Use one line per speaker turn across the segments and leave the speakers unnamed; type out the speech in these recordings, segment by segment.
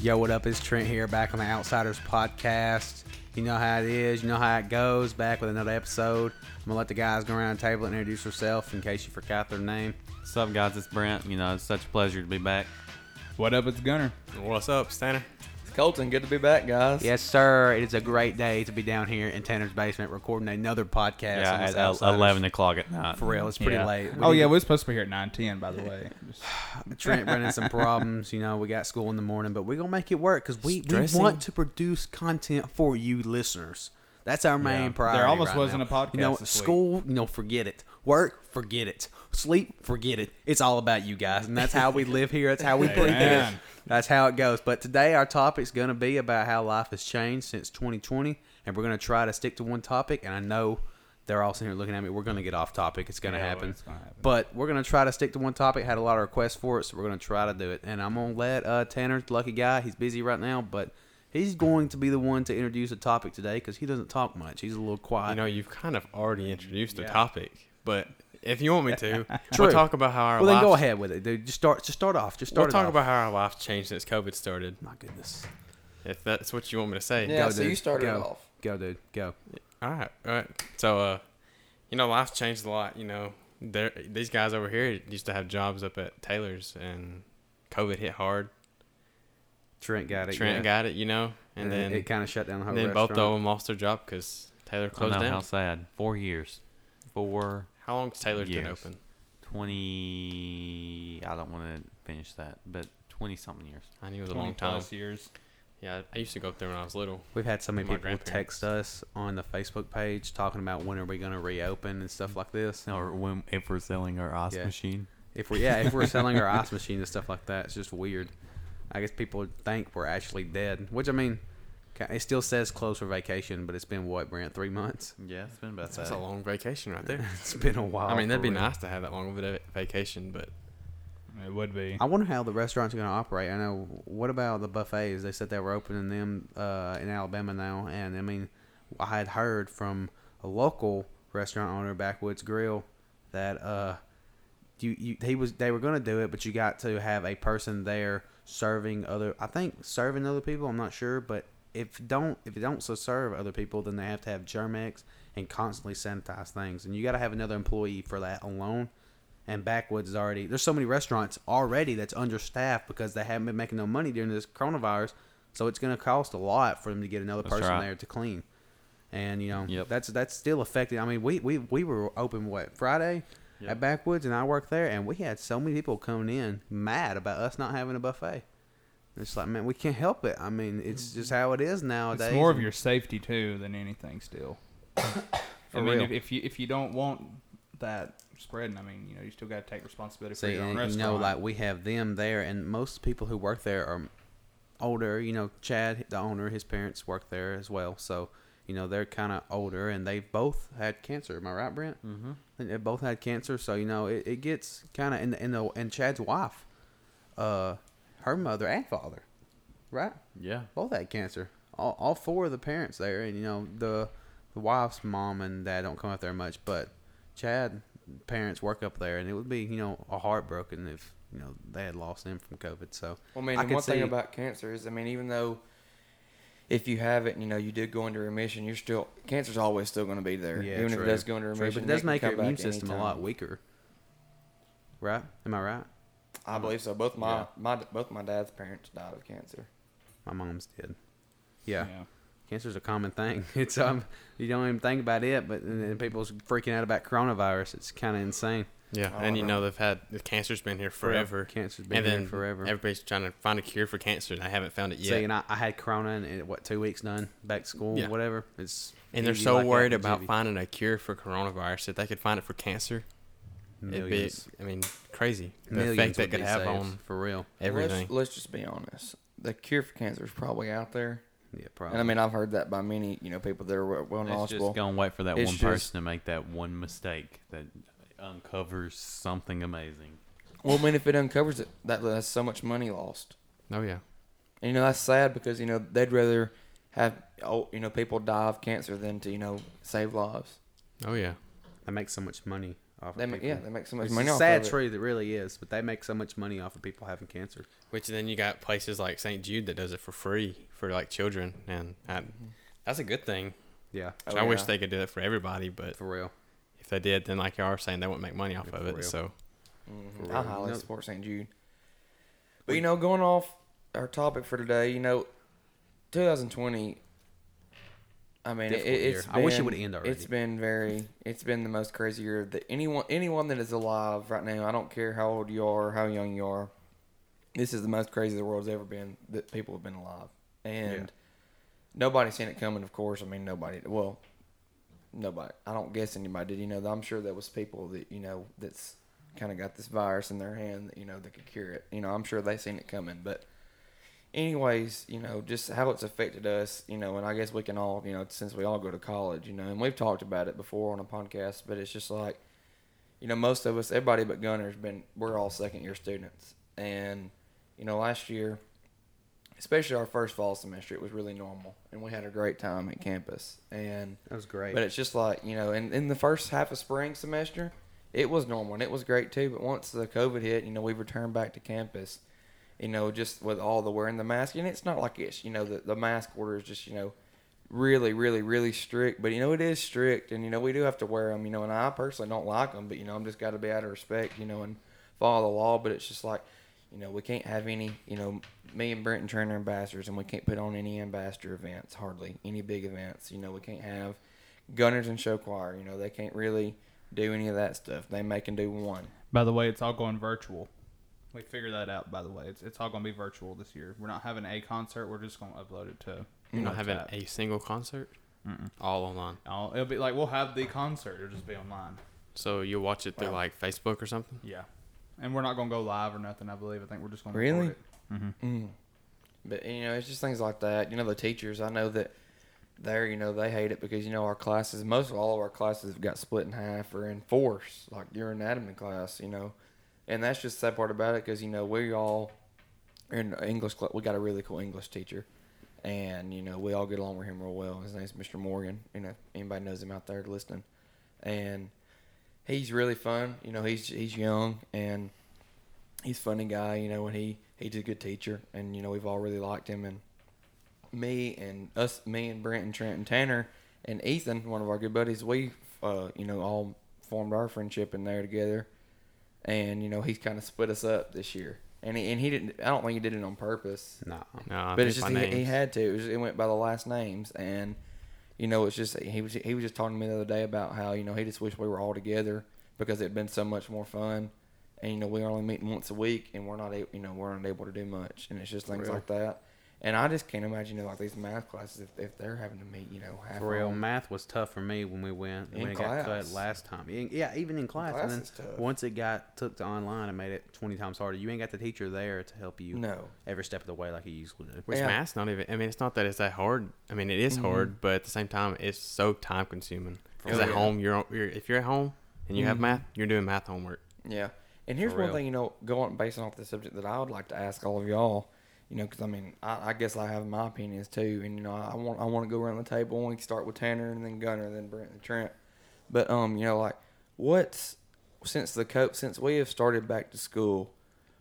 Yo, what up? It's Trent here, back on the Outsiders podcast. You know how it is, you know how it goes. Back with another episode. I'm gonna let the guys go around the table and introduce yourself in case you forgot their name.
What's up, guys? It's Brent. You know, it's such a pleasure to be back.
What up? It's Gunner.
What's up, Stanner?
Colton, good to be back, guys.
Yes, sir. It is a great day to be down here in Tanner's basement recording another podcast. on
yeah,
this
at el-
Outsiders.
eleven o'clock at night.
For real, it's pretty
Yeah.
late. We
Oh
need-
yeah, we're supposed to be here at nine ten. By the way, Just-
Trent running some problems. You know, we got school in the morning, but we're gonna make it work because we, we
Stressing.
want to produce content for you listeners. That's our main priority.
almost
right
wasn't
now.
a
You know,
podcast this week.
school. You know, forget it. Work, forget it. Sleep, forget it. It's all about you guys, and that's how we live here. That's how we breathe it.
Amen.
That's how it goes. But today, our topic's gonna be about how life has changed since 2020, and we're gonna try to stick to one topic. And I know they're all sitting here looking at me. We're gonna get off topic. It's gonna
Yeah, well,
happen.
it's gonna happen.
But we're gonna try to stick to one topic. Had a lot of requests for it, so we're gonna try to do it. And I'm gonna let uh, Tanner, lucky guy, he's busy right now, but he's going to be the one to introduce a topic today because he doesn't talk much. He's a little quiet.
You know, you've kind of already introduced the
Yeah.
topic, but if you want me to,
True.
we'll talk about how our
well, then
lives,
go ahead with it, dude. Just start. Just start off. Just
We'll
start. it
talk
off.
about how our lives changed since COVID started.
My goodness.
If that's what you want me to say.
Yeah,
Go,
so
dude.
you started
Go.
it off.
Go, dude. Go.
All right. All right. So, uh, you know, life's changed a lot. You know, there these guys over here used to have jobs up at Taylor's, and COVID hit hard.
Trent got it.
Trent
yeah.
got it, you know, and, then
it kind of shut down the whole
and then both of
restaurant.
them lost their job because Taylor
I
closed
know
down.
how
How,
sad. Four years. Four
long's Taylor's been
Yes.
open?
twenty. I don't want to finish that, but twenty something years.
I knew it was a long time.
years.
Yeah, I used to go up there when I was little.
We've had so many
My
people
grandparents.
text us on the Facebook page talking about when are we going to reopen and stuff like this.
Or when if we're selling our ice
Yeah.
machine.
If we yeah, if we're selling our ice machine and stuff like that, it's just weird. I guess people think we're actually dead, which I mean, ca- it still says close for vacation, but it's been what Brent three months.
Yeah, it's been about
That's a long vacation right there.
It's been a while.
I mean, that'd
for
be
real.
nice to have that long of a va- vacation, but
It would be.
I wonder how the restaurants are going to operate. I know. What about the buffets? They said they were opening them uh, in Alabama now, and I mean, I had heard from a local restaurant owner, Backwoods Grill, that uh, you, you he was they were going to do it, but you got to have a person there serving other. I think serving other people. I'm not sure, but if don't if you don't so serve other people, then they have to have Germex and constantly sanitize things, and you got to have another employee for that alone and backwoods is already there's so many restaurants already that's understaffed because they haven't been making no money during this coronavirus so it's going to cost a lot for them to get another
That's
person
right.
there to clean and you know
Yep.
that's that's still affected i mean we we, we were open what friday at backwoods and i worked there and we had so many people coming in mad about us not having a buffet it's like man we can't help it i mean it's just how it is nowadays
Mm-hmm. It's more of your safety too than anything. Still, I
For
mean,
real.
if, if you if you don't want that spreading, I mean, you know, you still got to take responsibility for
See,
your own
and,
restaurant.
you know, like we have them there, and most people who work there are older. You know, Chad, the owner, his parents work there as well, so you know they're kind of older, and they both had cancer. Am I right, Brent? Mm-hmm. They both had cancer, so you know it, it gets kind of in the in the and Chad's wife, uh, her mother and father, right?
Yeah.
both had cancer. All, all four of the parents there, and you know the the wife's mom and dad don't come up there much, but Chad parents work up there, and it would be you know a heartbroken if you know they had lost him from COVID. So
Well, I mean,
I
and
could
one
see-
thing about cancer is, I mean, even though if you have it, and, you know, you did go into remission, you're still cancer's always still going to be there, even if
true.
it does go into
True,
remission.
but it does
can
make your
come back
immune system a
anytime.
lot weaker. Right? Am I right?
I believe so. Both my
Yeah.
my both my dad's parents died of cancer.
My mom's did. Yeah. cancer's a common thing. It's um, you don't even think about it, but and, and people's freaking out about coronavirus. It's kind of insane.
yeah,
Oh,
and
I
you
know.
know they've had the cancer's been here forever.
Cancer's been
And
here
then
forever.
Everybody's trying to find a cure for cancer, and they haven't found it
See,
yet.
and I, I had Corona and, and what two weeks done back to school,
Yeah.
whatever. It's
And they're
easy
so
like that
worried
in
about
juvie.
finding a cure for coronavirus. If they could find it for cancer, it'd be,
millions,
I mean, crazy. The
millions would
effect that could
be
have
saved,
on
for real.
everything.
Let's, let's just be honest. The cure for cancer is probably out there,
Yeah, probably.
and I mean, I've heard that by many, you know, people that are well
It's
knowledgeable.
just gonna wait for that
It's
one
just-
person to make that one mistake that uncovers something amazing.
Well, I mean, if it uncovers it, that that's so much money lost.
Oh yeah.
And, you know, that's sad because, you know, they'd rather have, oh, you know, people die of cancer than to, you know, save lives.
Oh yeah.
they make so much money off
They
of
make,
people.
yeah, they make so much
It's
money
a
off
sad
of it.
truth, it really is, but they make so much money off of people having cancer.
Which then you got places like St. Jude that does it for free for like children, and I, that's a good thing.
Yeah,
Oh,
I wish
yeah.
they could do it for everybody, but
for real.
if they did, then like you are saying, they wouldn't make money off
Yeah,
of
for
it.
real.
So
Mhm.
For
I
real.
highly
No-
support St. Jude. But you know, going off our topic for today, you know, 2020. I mean, it,
Difficult year.
it's
I wish it
been-
would end already.
It's been very. It's been the most crazy year that anyone anyone that is alive right now. I don't care how old you are, how young you are. This is the most crazy the world's ever been that people have been alive, and
Yeah.
nobody's seen it coming. Of course, I mean nobody. Well, nobody. I don't guess anybody did. You know, I'm sure there was people that you know that's kind of got this virus in their hand that you know that could cure it. You know, I'm sure they seen it coming. But anyways, you know, just how it's affected us. You know, and I guess we can all you know since we all go to college. You know, and we've talked about it before on a podcast, but it's just like you know, most of us, everybody but Gunner's been, we're all second year students. And, you know, last year, especially our first fall semester, it was really normal. And we had a great time at campus. And,
That was great.
but it's just like, you know, in, in the first half of spring semester, it was normal and it was great too. But once the COVID hit, you know, we returned back to campus, you know, just with all the wearing the mask. And it's not like it's, you know, the, the mask order is just, you know, really, really, really strict. But, you know, it is strict. And, you know, we do have to wear them, you know, and I personally don't like them, but, you know, I'm just got to be out of respect, you know, and follow the law. But it's just like, you know, we can't have any, you know, me and Brenton Trainer ambassadors, and we can't put on any ambassador events, hardly any big events. You know, we can't have gunners and show choir. You know, they can't really do any of that stuff. They may can do one.
By the way, it's all going virtual. We figured that out. By the way, it's, it's all going to be virtual this year. We're not having a concert. We're just going to upload it to.
you're not having
WhatsApp.
a single concert,
Mm-mm.
all online.
I'll- it'll be like we'll have the concert. It'll just be online.
So you'll watch it through
Wow.
like Facebook or something.
Yeah, and we're not going to go live or nothing. I believe. I think we're just going to
Really?
Record it. Mm-hmm.
Mm. But you know, it's just things like that. You know, the teachers. I know that they're you know they hate it because you know our classes, most of all of our classes have got split in half or in force, like your anatomy class. You know, and that's just that part about it because you know we all are in English. Cl- we got a really cool English teacher, and you know we all get along with him real well. His name's Mr. Morgan. You know, if anybody knows him out there listening, and he's really fun. You know, he's he's young and he's a funny guy, you know, and he he's a good teacher, and you know we've all really liked him, and me and us, me and Brent and Trent and Tanner and Ethan, one of our good buddies, we uh, you know all formed our friendship in there together, and you know he's kind of split us up this year, and he, and he didn't, I don't think he did it on purpose,
nah,
No, I
but
think
it's just
my
he, he
name's-
had to. It, was, it went by the last names, and you know it's just he was he was just talking to me the other day about how you know he just wished we were all together because it'd been so much more fun, and you know we are only meeting once a week, and we're not a- you know we're not able to do much, and it's just things
Real.
like that. And I just can't imagine you know like these math classes if, if they're having to meet you know half
for real.
hour.
Math was tough for me when we went
In
when it got cut
class.
last time. In- Yeah, even in class.
class
and
is
then
tough.
once it got took to online, it made it twenty times harder. You ain't got the teacher there to help you
No,
every step of the way like you usually do.
Which
Yeah. Mm-hmm.
math's not even. I mean, it's not that it's that hard. I mean, it is hard, but at the same time, it's so time consuming. Because
Oh,
at
yeah.
home, you're, you're if you're at home and you
Mm-hmm.
have math, you're doing math homework.
Yeah, and here's
For
one
real.
thing you know, going based off the subject that I would like to ask all of y'all, you know, because I mean, I, I guess I have my opinions too, and you know, I want I want to go around the table and we can start with Tanner and then Gunner, then Brent and Trent, but um, you know, like what's since the co since we have started back to school,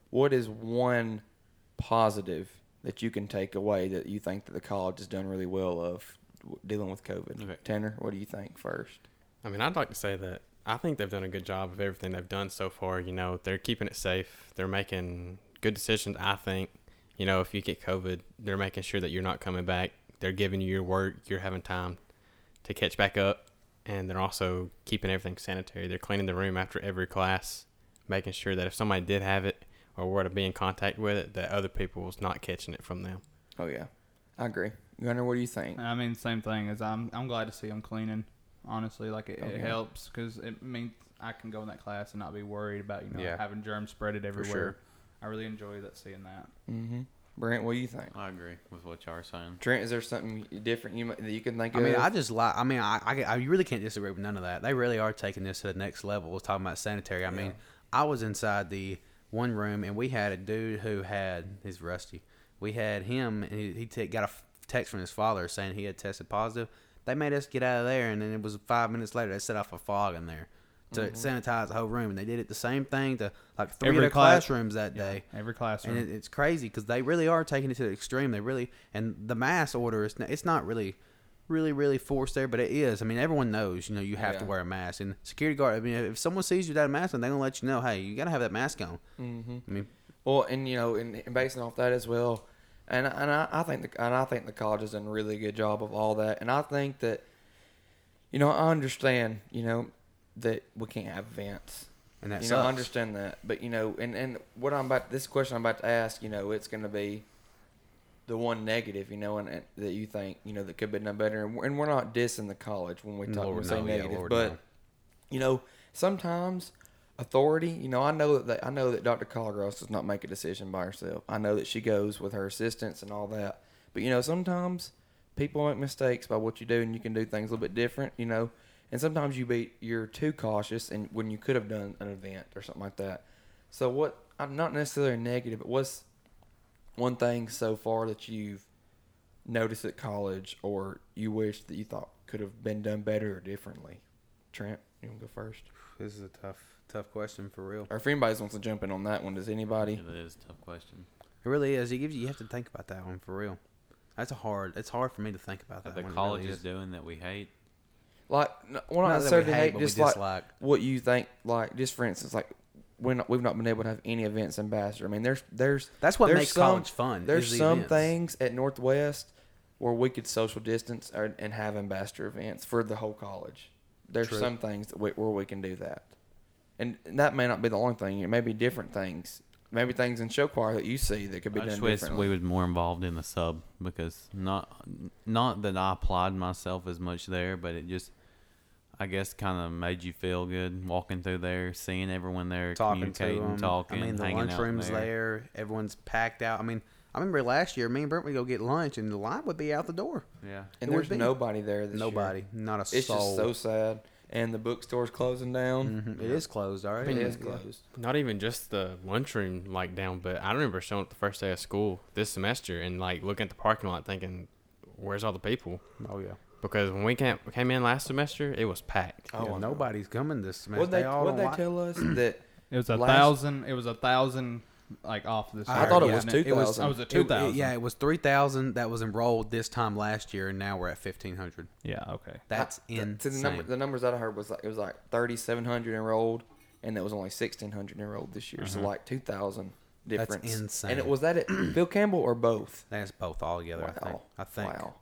what is one positive that you can take away that you think that the college has done really well of w- dealing with COVID?
Okay.
Tanner, what do you think first?
I mean, I'd like to say that I think they've done a good job of everything they've done so far. You know, they're keeping it safe. They're making good decisions. I think. You know, if you get COVID, they're making sure that you're not coming back. They're giving you your work. You're having time to catch back up, and they're also keeping everything sanitary. They're cleaning the room after every class, making sure that if somebody did have it or were to be in contact with it, that other people was not catching it from them.
Oh yeah, I agree. Gunner, what do you think?
I mean, same thing as I'm. I'm glad to see them cleaning. Honestly, like it,
Okay.
it helps because it means I can go in that class and not be worried about you know
Yeah.
having germs spread it everywhere.
sure.
I really enjoy that seeing that.
Mm-hmm. Brent, what do you think?
I agree with what y'all are saying.
Trent, is there something different you mi- that you can think
I
of?
uh,
mean, I just like. I mean, I, I, I you really can't disagree with none of that. They really are taking this to the next level. Was talking about sanitary. I mean, I was inside the one room and we had a dude who had his rusty. We had him and he, he t- got a f- text from his father saying he had tested positive. They made us get out of there, and then it was five minutes later they set off a fog in there. to sanitize the whole room, and they did it the same thing to like three
Mm-hmm. Every
of their
class-
classrooms that day.
Every classroom.
and it, it's crazy because they really are taking it to the extreme. They really and the mass order is n- it's not really, really, really forced there, but it is. I mean, everyone knows you know you have to
Yeah.
wear a mask and security guard. I mean, if someone sees you without a mask, and they don't let you know, hey, you gotta have that mask on. Mm-hmm. I mean,
Well, and you know, and, and basing off that as well, and and I, I think the, and I think the college has done a really good job of all that, and I think that, you know, I understand, you know, that we can't have events.
and that
you know,
sucks.
I understand that, but you know, and and what I'm about this question I'm about to ask, you know, it's going to be the one negative, you know, and, and that you think you know that could have been done better, and we're, and we're not dissing the college when we talk
Lord,
we say
no, yeah,
negative,
Lord,
but
no.
you know, sometimes authority, you know, I know that I know that Dr. Colgross does not make a decision by herself. I know that she goes with her assistants and all that, but you know, sometimes people make mistakes by what you do, and you can do things a little bit different, you know. And sometimes you be you're too cautious, and when you could have done an event or something like that. So what? I'm not necessarily negative, but what's one thing so far that you've noticed at college, or you wish that you thought could have been done better or differently? Trent, you want to go first?
this is a tough, tough question for real.
Or if anybody wants to jump in on that one, does anybody?
It is a tough question.
It really is. It gives you you have to think about that one for real. That's a hard. It's hard for me to think about that.
That the
one, it
college
really
is doing that we hate.
Like, n- well,
Not that
not
we
necessarily
hate,
hate,
but we
just like
dislike.
what you think. Like, just for instance, like we're not, we've not been able to have any events in Bastrop. I mean, there's there's
That's what
there's
makes college fun, is
There's
the
some
events.
things at Northwest where we could social distance or, and have ambassador events for the whole college. There's
True.
some things that we, where we can do that, and that may not be the only thing. It may be different things. Maybe things in show choir that you see that could be
I
done
just wish
differently.
we was more involved in the sub because not not that I applied myself as much there, but it just I guess kind of made you feel good walking through there, seeing everyone there,
talking to
communicating,
them.
talking,
I mean, the
hanging out
lunchroom's
there.
there. Everyone's packed out. I mean, I remember last year, me and Brent would go get lunch, and the line would be out the door.
Yeah,
It
and
would
there's
be.
nobody there. This year.
Nobody, not a
It's
soul.
just so sad. And the bookstore's closing down.
Mhm. It is closed already.
It is closed.
Not even just the lunchroom like down, but I remember showing up the first day of school this semester and like looking at the parking lot thinking, "Where's all the people?"
Oh yeah.
Because when we came came in last semester, it was packed.
Yeah,
Oh, I know.
nobody's coming this semester.
What they,
They, all
what
don't
they
like-
tell us that
it was a
last-
thousand. It was a thousand like off this
I
year.
heard,
thought it
yeah,
was
wasn't
two
it was-
thousand.
It was a
It- it-
two thousand.
yeah, it was three thousand that was enrolled this time last year, and now we're at fifteen hundred.
Yeah. Okay.
That's
I- the-
insane.
to the, number, the numbers that I heard was like it was like thirty seven hundred enrolled, and there was only sixteen hundred enrolled this year, so like two thousand
Mm-hmm. That's
difference. And
insane.
it was that at Phil Campbell or both.
That's both all together. I think.
Wow.
I think.
Wow.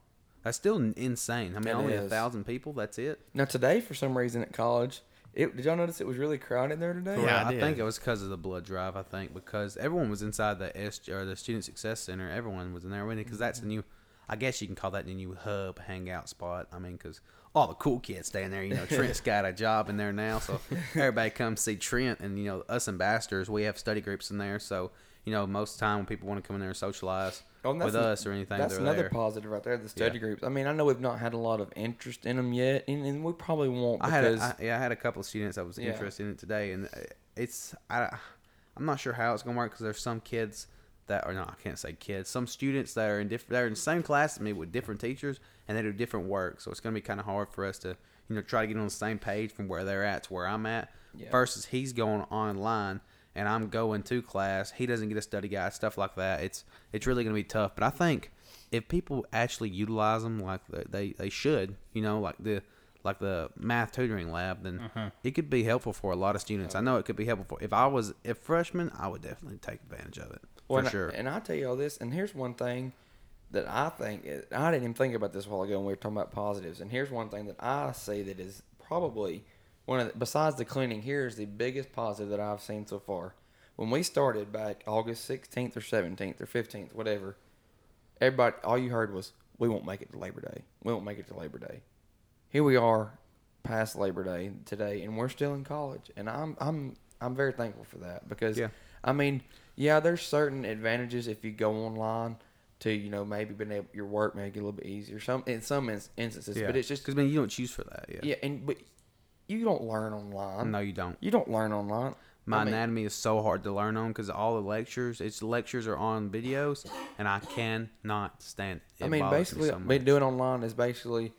That's still n- insane. I mean,
It
only a
is.
thousand people. That's it.
Now today, for some reason at college, it, did y'all notice it was really crowded there today?
Yeah,
Yeah,
I
I, think
did.
it was because of the blood drive. I think because everyone was inside the S or the Student Success Center. Everyone was in there winning because that's
Mm-hmm.
the new. I guess you can call that the new hub hangout spot. I mean, because all the cool kids stay in there. You know, Trent's got a job in there now, so everybody comes see Trent. And you know, us ambassadors, we have study groups in there. So you know, most of the time when people want to come in there and socialize
Oh, and that's
with
an-
us or anything,
That's
they're
another
there.
positive right there. The study groups. I mean, I know we've not had a lot of interest in them yet, and, and we probably won't
I had
because
a, I, yeah, I had a couple of students that was
Yeah.
interested in it today, and uh, it's I, I'm not sure how it's gonna work because there's some kids that are no, I can't say kids, some students that are in different, they're in the same class as me with different teachers, and they do different work, so it's gonna be kind of hard for us to you know try to get on the same page from where they're at to where I'm at,
Yeah.
versus he's going online and I'm going to class, he doesn't get a study guide, stuff like that. It's it's really gonna be tough, but I think if people actually utilize them like th- they, they should, you know, like the like the math tutoring lab, then
Mm-hmm.
it could be helpful for a lot of students. I know it could be helpful for if I was a freshman, I would definitely take advantage of it
Well,
for
and I-
sure.
and I tell you all this, and here's one thing that I think I didn't even think about this a while ago when we were talking about positives. And here's one thing that I see that is probably one of the, besides the cleaning here is the biggest positive that I've seen so far. When we started back August 16th or 17th or 15th, whatever, everybody all you heard was we won't make it to Labor Day. We won't make it to Labor Day. Here we are past Labor Day today and we're still in college and I'm I'm I'm very thankful for that because
Yeah.
I mean, yeah, there's certain advantages if you go online to, you know, maybe being able your work may get a little bit easier. Some in some ins- instances,
yeah,
but it's just
because I mean you don't choose for that. Yeah,
yeah, and but you don't learn online.
no, you don't.
You don't learn online.
My
I mean,
anatomy is so hard to learn on because all the lectures, its lectures are on videos, and I cannot stand. It
I mean,
bothers me
basically,
so
me
much.
doing online is basically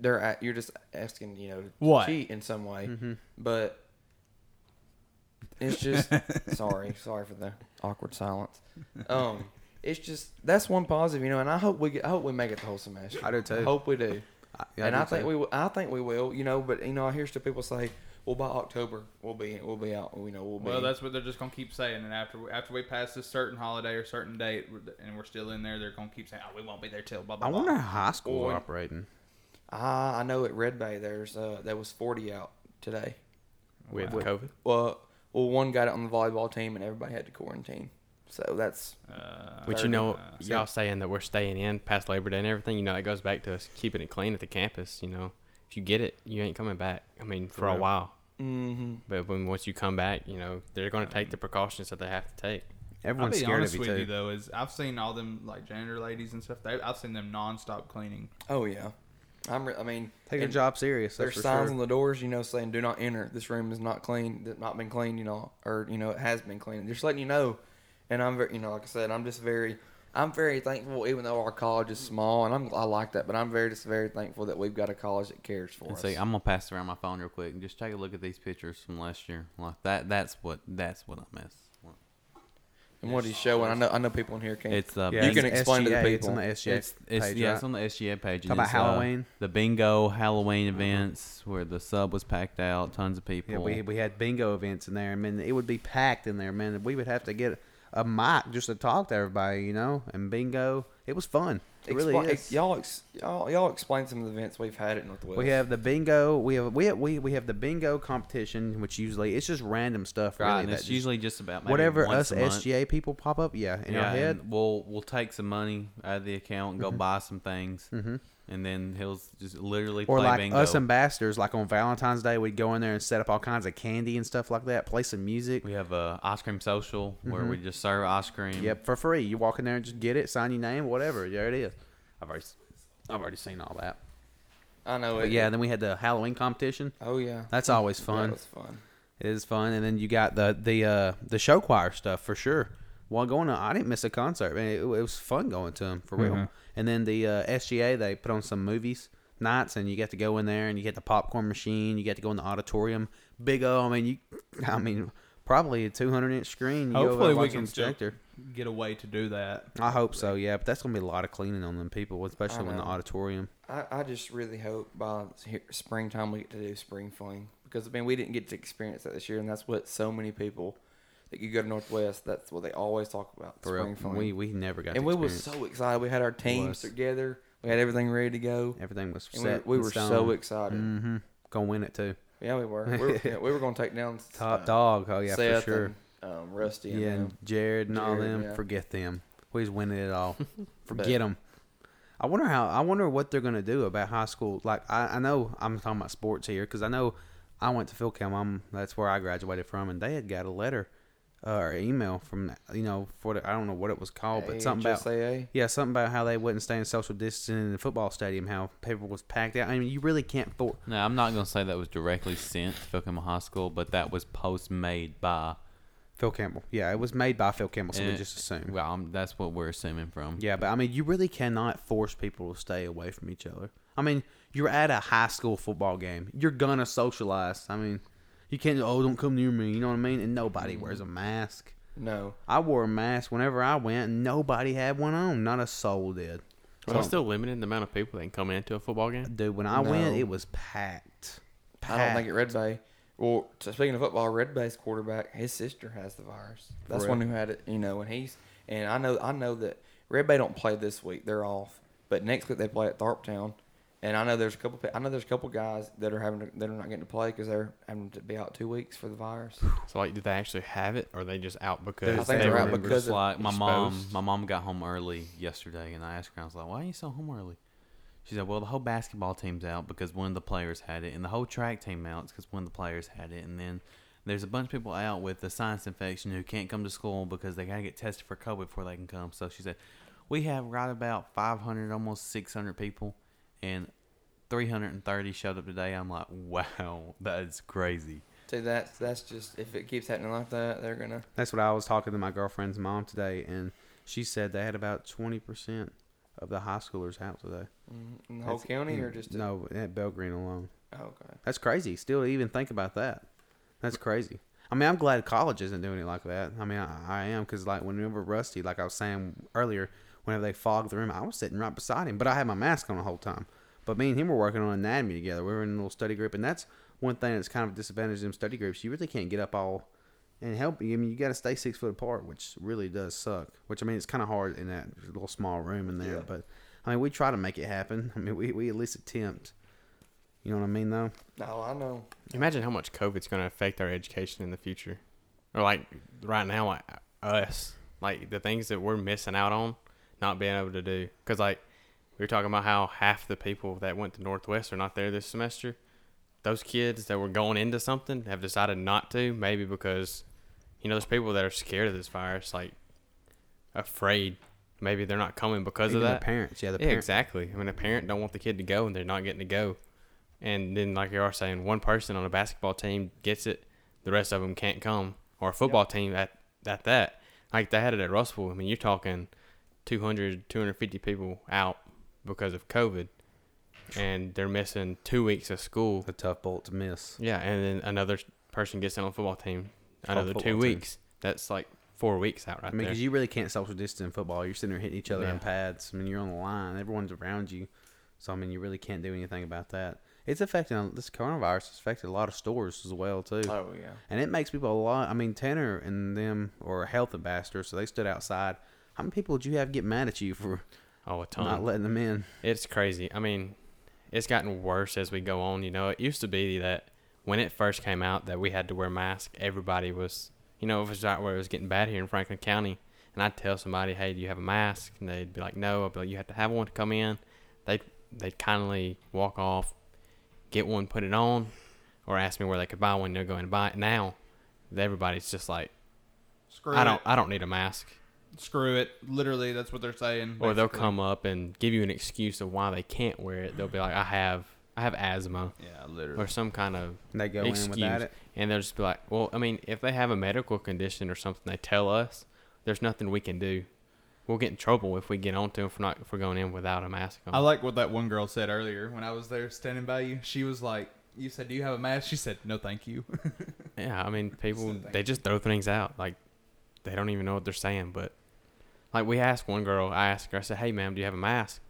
they're at, you're just asking you know to
What?
cheat in some way,
Mm-hmm.
but it's just sorry, sorry for the awkward silence. Um, it's just that's one positive, you know, and I hope we get, I hope we make it the whole semester.
I do too.
hope we do,
I,
and I,
do
think
too.
we will, I think we will, you know. But you know, I hear still people say, well, by October we'll be we'll be out, you know, we'll be
Well, that's what they're just gonna keep saying, and after after we pass this certain holiday or certain date, we're- and we're still in there, they're gonna keep saying, "Oh, we won't be there till blah blah."
I
blah."
wonder how high schools
Or-
are operating.
Ah, I know at Red Bay there's uh there was forty out today.
with COVID.
Well, well, one got it on the volleyball team, and everybody had to quarantine. So that's
Uh,
Which you know,
uh,
y'all saying that we're staying in past Labor Day and everything. You know, that goes back to us keeping it clean at the campus. You know, if you get it, you ain't coming back. I mean, for a
Correct.
while.
hmm
But when once you come back, you know they're going to take the precautions that they have to take.
I'll
Everyone's
be
scared of
honest
you
with
too.
you though, is I've seen all them like janitor ladies and stuff. They, I've seen them nonstop cleaning.
Oh yeah, I'm. Re- I mean,
Take their
and
job serious. That's
There's
for
signs
sure.
on the doors, you know, saying "Do not enter. This room is not clean. That not been cleaned, you know, or you know, it has been cleaned." Just letting you know. And I'm very, you know, like I said, I'm just very, I'm very thankful. Even though our college is small, and I'm, I like that, but I'm very just very thankful that we've got a college that cares for
And
us.
see, I'm gonna pass around my phone real quick and just take a look at these pictures from last year. Like that. That's what. That's what I miss.
and what he's showing, I know, I know people in here can't.
It's uh,
You
bingo-
can
it's
explain to the
SGA, It's on the
people.
SGA
It's, it's
page,
yeah,
right?
it's on the SGA page. and
Talk about
it's, uh,
Halloween?
the bingo Halloween events where the sub was packed out, tons of people.
Yeah, we, we had bingo events in there. I mean, it would be packed in there, man. We would have to get a mic just to talk to everybody, you know. And bingo, it was fun. It really
Expli-
is.
Y'all, ex- y'all, y'all explain some of the events we've had at Northwest.
We have the bingo. We have we have, we, we have the bingo competition, which usually it's just random stuff.
right.
Really,
and
that
it's
just-
usually just about maybe
whatever us
once a month.
SGA people pop up. Yeah, in our head. Mm-hmm.
and we'll we'll take some money out of the account, go buy some things, and then he'll s- just literally
Or
play
like
bingo.
us ambassadors, like on Valentine's Day, we'd go in there and set up all kinds of candy and stuff like that. Play some music.
we have a ice cream social where we just serve ice cream.
Mm-hmm. Yep, for free. You walk in there and just get it, sign your name, whatever. There it is. I've already, I've already seen all that.
I know
But
it.
yeah, then we had the Halloween competition.
Oh yeah.
That's always
That
fun.
was fun.
It is fun. And then you got the the uh, the show choir stuff for sure. While going to, I didn't miss a concert. Man, it, it was fun going to them for real.
Mm-hmm.
And then the uh, SGA, they put on some movies nights, and you get to go in there and you get the popcorn machine. You get to go in the auditorium. Big O. I mean, you. I mean, probably a two hundred inch screen. You go over
Hopefully,
and
we
watch
can
on
still
projector.
get a way to do that.
I hope so. Yeah, but that's gonna be a lot of cleaning on them people, especially in the
know.
auditorium.
I, I just really hope by here- springtime we get to do spring fling because I mean we didn't get to experience that this year and that's what so many people that you go to Northwest that's what they always talk about
For
spring
real,
fling
we we never got.
and
to
we were
experience-
so excited we had our teams
Was.
together we had everything ready to go
everything was
and
set.
we, we
in
were so
stone.
excited
Mm-hmm. Gonna win it too.
yeah we were we were, yeah, we were gonna take down
Top
uh,
dog. Oh yeah,
Seth
for sure.
and, um, Rusty and
yeah,
them.
and Jared and all
Jared,
them.
yeah.
Forget them. We just winning it all. Forget them. I wonder how. I wonder what they're gonna do about high school. Like I, I know I'm talking about sports here because I know I went to Philchem. I'm that's where I graduated from, and they had got a letter uh, or email from you know for the, I don't know what it was called, but something about
AHSAA.
yeah, something about how they wouldn't stay in social distancing in the football stadium, how paper was packed out. I mean, you really can't. For-
No, I'm not gonna say that was directly sent to Filkema High School, but that was post made by.
Phil Campbell. Yeah, it was made by Phil Campbell, so we
and-
just assume.
Well, I'm, that's what we're assuming from.
Yeah, but I mean, you really cannot force people to stay away from each other. I mean, you're at a high school football game. You're gonna socialize. I mean, you can't. Oh, don't come near me. You know what I mean? And nobody
Mm-hmm.
wears a mask.
no
I wore a mask whenever I went, and nobody had one on. Not a soul did.
Are we still limiting the amount of people that can come into a football game?
Dude, when I
No.
went, it was packed.
I don't think it Red Bay. Well, t- speaking of football, Red Bay's quarterback, his sister has the virus. That's one who had it, you know, and he's and I know I know that Red Bay don't play this week; they're off. But next week they play at Tharptown, and I know there's a couple. pe- I know there's a couple guys that are having to, that are not getting to play because they're having to be out two weeks for the virus.
So like, do they actually have it, or are they just out because
I think
they
they're out
were-
because
Just like my mom,
exposed.
my mom got home early yesterday, and I asked her, I was like, "Why are you so home early?" She said, "Well, the whole basketball team's out because one of the players had it, and the whole track team out because one of the players had it, and then there's a bunch of people out with the science infection who can't come to school because they gotta get tested for COVID before they can come." So she said, "We have right about 500, almost 600 people, and 330 showed up today." I'm like, "Wow, that is crazy."
See, that's that's just if it keeps happening like that, they're gonna.
That's what I was talking to my girlfriend's mom today, and she said they had about twenty percent of the high schoolers out today.
Mhm. In the whole
That's-
county or just? in-
no at Belgreen alone.
Oh, okay.
That's crazy. Still to even think about that. That's crazy. I mean, I'm glad college isn't doing it like that. I mean, I, I am because like whenever Rusty, like I was saying earlier, whenever they fogged the room, I was sitting right beside him, but I had my mask on the whole time. But me and him were working on anatomy together. We were in a little study group, and that's one thing that's kind of disadvantaged in study groups. You really can't get up all and help. I mean, you got to stay six foot apart, which really does suck. Which I mean, it's kind of hard in that little small room in there. But I mean, we try to make it happen. I mean, we we at least attempt. You know what I mean, though.
No, I know.
Imagine how much COVID's going to affect our education in the future, or like right now, like us, like the things that we're missing out on, not being able to do. Because like we were talking about how half the people that went to Northwest are not there this semester. Those kids that were going into something have decided not to, maybe because you know there's people that are scared of this virus, like afraid. Maybe they're not coming because
Even
of that.
the parents. Yeah, the
yeah,
parents.
exactly. I mean, a parent don't want the kid to go, and they're not getting to go. And then, like you are saying, one person on a basketball team gets it, the rest of them can't come. Or a football team at, at that. Like they had it at Russell. I mean, you're talking 200, 250 people out because of COVID, and they're missing two weeks of school.
A tough bolt to miss.
Yeah, and then another person gets in on the football team, another
football
two
team.
weeks. That's like four weeks out right
I mean,
there.
because you really can't social distance in football. You're sitting there hitting each other in
Yeah.
pads. I mean, you're on the line. Everyone's around you. So I mean, you really can't do anything about that. It's affecting this coronavirus. It's affected a lot of stores as well too.
Oh yeah.
and it makes people a lot. I mean, Tanner and them are health ambassadors, so they stood outside. How many people did you have get mad at you for
oh, a ton.
not letting them in?
It's crazy. I mean, it's gotten worse as we go on. You know, it used to be that when it first came out that we had to wear masks, everybody was, you know, it was right where it was getting bad here in Franklin County. And I'd tell somebody, hey, do you have a mask? And they'd be like, no. I'd be like, you have to have one to come in. They'd, they'd kindly walk off, get one, put it on, or ask me where they could buy one. They're going to buy it. Now, everybody's just like,
Screw
I don't, I don't need a mask.
it. Screw it. Literally, that's what they're saying.
or they'll
basically.
come up and give you an excuse of why they can't wear it. They'll be like, "I have, I have asthma,"
Yeah, literally.
or some kind of
And they go in
excuse,
without it.
and they'll just be like, "Well, I mean, if they have a medical condition or something, they tell us there's nothing we can do. We'll get in trouble if we get onto them for not if we're going in without a mask on."
I like what that one girl said earlier when I was there standing by you. She was like, "You said, do you have a mask?" She said, "No, thank you."
yeah, I mean, people
Something.
they just throw things out like they don't even know what they're saying. But like we asked one girl, I asked her, I said, "Hey, ma'am, do you have a mask?"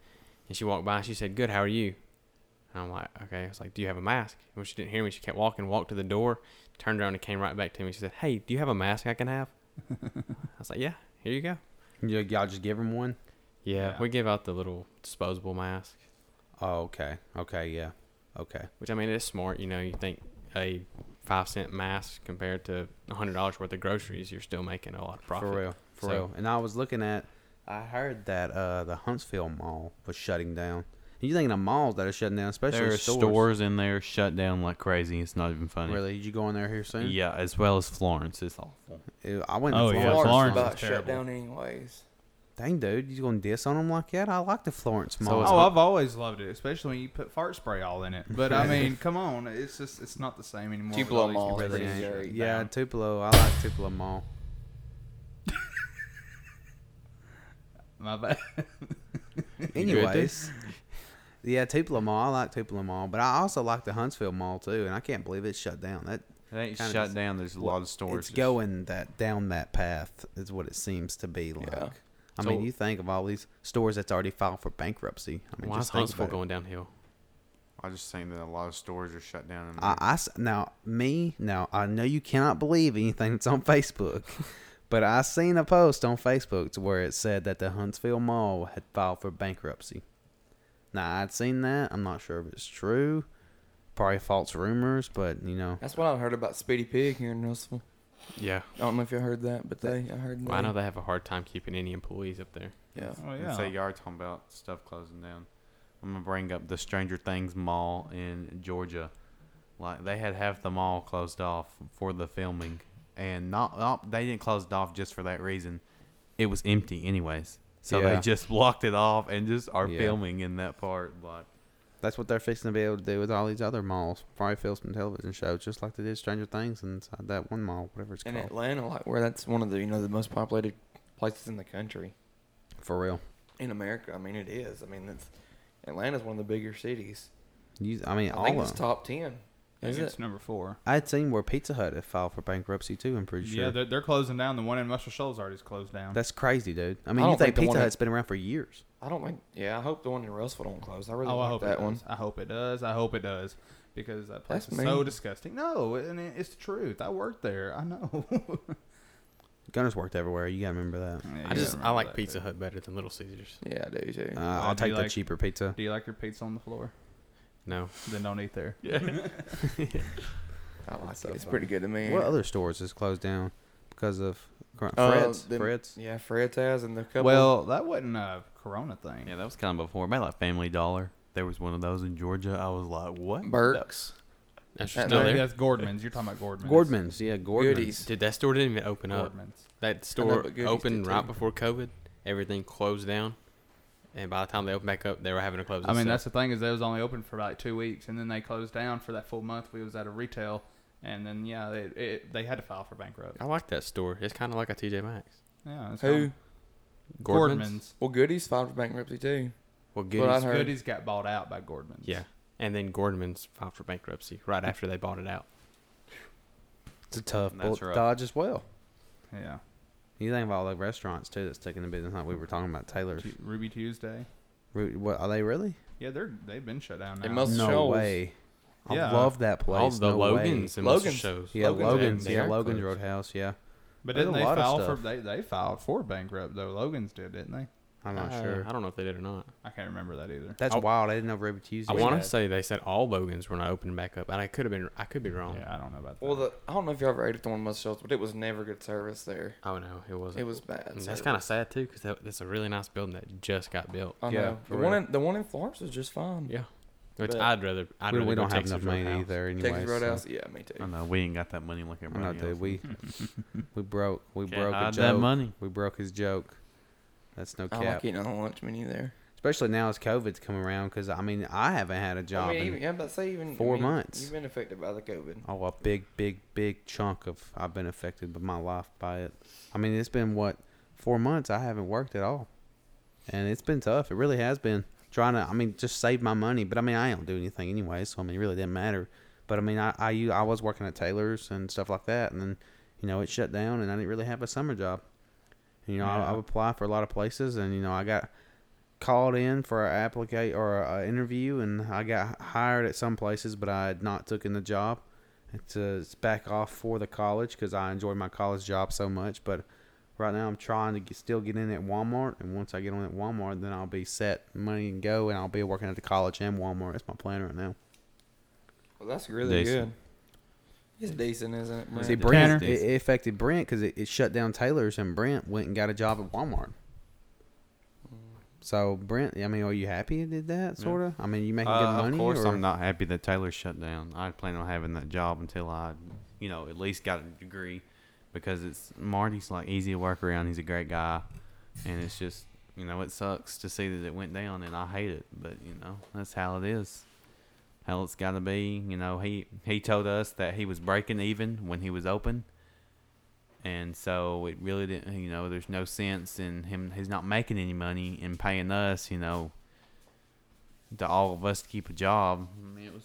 And she walked by and she said, "Good, how are you?" And I'm like, "Okay." I was like, "Do you have a mask?" And when she didn't hear me, she kept walking, walked to the door, turned around, and came right back to me. She said, "Hey, do you have a mask I can have?" I was like, "Yeah, here you go."
You, y'all just give them one.
Yeah,
Yeah.
we give out the little disposable mask,
Oh, okay. Okay. Yeah. Okay.
which I mean it's smart. You know, you think a five cent mask compared to a hundred dollars worth of groceries, you're still making a lot of profit.
For real, for
So-
real. And I was looking at, I heard that uh, the Huntsville Mall was shutting down. And you thinking of malls that are shutting down, especially
There are
stores.
stores in there shut down like crazy. It's not even funny.
Really, did you go in there here soon?
Yeah, as well as Florence. It's awful.
Ew, I went.
Oh,
to
yeah,
Florence.
Florence.
Florence
is
about
terrible.
shut down anyways.
Dang, dude, you gonna diss on them like that? I like the Florence
So
Mall.
it's
oh,
hot.
I've always loved it, especially when you put fart spray all in it. But I mean, come on, it's just it's not the same anymore. with
Tupelo
all these
Mall.
people
Really
that
is
are
great.
yeah,
down.
Tupelo. I like Tupelo Mall.
my bad.
You good, dude?
Anyways, yeah, Tupelo Mall. I like Tupelo Mall, but I also like the Huntsville Mall too. And I can't believe it's shut down. That
It ain't
Kinda
shut
just-
down. There's a lot of stores.
it's going that down that path is what it seems to be like.
Yeah.
I
So-
mean, you think of all these stores that's already filed for bankruptcy. I mean,
Why is
just think
Huntsville
about it.
going downhill?
I just think that a lot of stores are shut down. In
I, I s- now me now I know you cannot believe anything that's on Facebook, but I seen a post on Facebook to where it said that the Huntsville Mall had filed for bankruptcy. Now I'd seen that. I'm not sure if it's true. Probably false rumors, but you know,
That's what I heard about Speedy Pig here in Russell.
Yeah.
I don't know if you heard that, but they I heard that.
Well, I know they have a hard time keeping any employees up there.
Yeah.
oh
And say you are talking about stuff closing down. I'm gonna bring up the Stranger Things mall in Georgia. Like they had half the mall closed off for the filming, and not, not they didn't close it off just for that reason. It was empty anyways, so
Yeah.
they just blocked it off and just are
Yeah.
filming in that part. Like
that's what they're fixing to be able to do with all these other malls. Probably film some television shows, just like they did Stranger Things inside that one mall, whatever it's
in
called.
Atlanta, like where that's one of the you know the most populated places in the country.
For real.
in America. I mean, it is. I mean, it's, Atlanta's one of the bigger cities.
You, I mean,
I
all
think
of
it's
them.
top ten.
I think
Is
it's
it?
number four.
I had seen where Pizza Hut had filed for bankruptcy too. I'm pretty sure.
Yeah, they're, they're closing down. The one in Muscle Shoals already's closed down.
That's crazy, dude. I mean,
I
you
don't
think
think the one
Pizza
that-
Hut's been around for years?
I don't think. Yeah, I hope the one in Russell don't close. I really
oh,
like
I hope
that
it
one.
Does. I hope it does. I hope it does because that place
That's
is so
mean.
disgusting. No, and it, it's the truth. I worked there. I know.
Gunners worked everywhere. You gotta remember that.
Yeah, you
I just
remember
I like
that,
Pizza
dude.
Hut better than Little Caesars.
Yeah, I do too.
Uh,
Uh,
I'll
do you
take the
like-
cheaper pizza.
Do you like your pizza on the floor?
No,
Then don't eat there.
I like it.
so
it's
funny.
pretty good to me.
What other stores is closed down because of cor-
Uh,
Fred's?
them-
Fred's.
Yeah, Fred's has and the couple.
Well, that wasn't a Corona thing.
Yeah, that was kind of before. About like Family Dollar. There was one of those in Georgia. I was like, what?
Burks.
that's
That-
just
No,
still
that-
there.
that's Gordman's. You're talking about Gordman's.
Gordman's. Yeah, Gordman's.
Goodies.
Dude, that store didn't even open up.
Gordman's.
That store
but Goodies
opened
did
right
too.
before COVID. Everything closed down, and by the time they opened back up, they were having to close.
I mean,
itself.
that's the thing is they was only open for like two weeks, and then they closed down for that full month. We was out of retail, and then yeah, they it, they had to file for bankrupt.
I like that store. It's kind of like a TJ Maxx.
Yeah, it's
Who?
gone. Gordman's.
Well, Goodies filed for bankruptcy too.
Well,
What I
Goodies.
heard.
Goodies got bought out by Gordman's.
Yeah, and then Gordman's filed for bankruptcy right after they bought it out.
It's a tough
That's
bullet to
rough.
dodge as well.
yeah.
You think of all the restaurants too that's taking the business. Like we were talking about Taylor's.
Tu- Ruby Tuesday.
Ru- What are they really?
Yeah, they're they've been shut down now.
It must-
No
Shoals.
way. I
Yeah.
love that place.
All the
no way.
Logans and Muscle
Logan's.
shows.
Yeah,
Logan's
Logan's.
and
yeah,
Dairy
Logan's
Clubs.
Roadhouse. Yeah,
but
there's
didn't
a
they
lot of
file for
stuff.
they they filed for bankrupt though? Logan's did, didn't they?
I'm not
Uh,
sure.
I don't know if they did or not.
I can't remember that either.
That's
I-
wild. I didn't know Ruby Tuesday.
I want
had-
to say they said all Logans were not opening back up, and I could have been. I could be wrong.
Yeah, I don't know about that.
Well, the, I don't know if you ever ate at the one in Muscle Shoals, but it was never good service there.
Oh no, it wasn't.
It was bad.
And
service.
that's kind of sad too, because that, that's a really nice building that just got built.
I
Yeah,
know.
for
The one,
real.
in, the one in Florence was just fine.
Yeah, which
But-
I'd rather. I'd
we,
rather
we
go
don't have
Texas
enough money
Roadhouse.
either anyway.
Texas
so-
Roadhouse. Yeah, me too.
I know we ain't got that money like
I know,
everybody
dude.
else.
We we broke we
Can't
broke a
hide
joke.
that money.
We broke his joke. That's no
I
cap.
like eating on the lunch menu there.
Especially now as COVID's come around, because I mean I haven't had a job.
I mean,
in-
even, yeah, but say even
four
I mean,
months.
You've been affected by the COVID.
oh, a big, big, big chunk of I've been affected by my life by it. I mean, it's been what four months I haven't worked at all, and it's been tough. It really has been trying to. I mean, just save my money, but I mean I don't do anything anyway, so I mean it really didn't matter. But I mean I I, u- I was working at Taylor's and stuff like that, and then you know it shut down, and I didn't really have a summer job. You know, I,
Yeah.
I've applied for a lot of places, and you know I got called in for an applicate or an interview, and I got hired at some places, but I had not taken the job to back off for the college because I enjoyed my college job so much. But right now, I'm trying to get, still get in at Walmart, and once I get on at Walmart, then I'll be set, money and go, and I'll be working at the college and Walmart. That's my plan right now.
Well, that's really
Decent.
good. It's decent, isn't it? Brent?
See,
Tanner?
Brent, it, it affected Brent because it, it shut down Taylor's, and Brent went and got a job at Walmart. So Brent, I mean, are you happy it did that sort of? I mean, you making good
Uh,
money?
Of course,
or?
I'm not happy that Taylor shut down. I plan on having that job until I, you know, at least got a degree, because it's Marty's like easy to work around. He's a great guy, and it's just you know it sucks to see that it went down, and I hate it, but you know that's how it is. How it's got to be. You know, he he told us that he was breaking even when he was open. And so it really didn't, you know, there's no sense in him. He's not making any money and paying us, you know, to all of us to keep a job. I mean, it was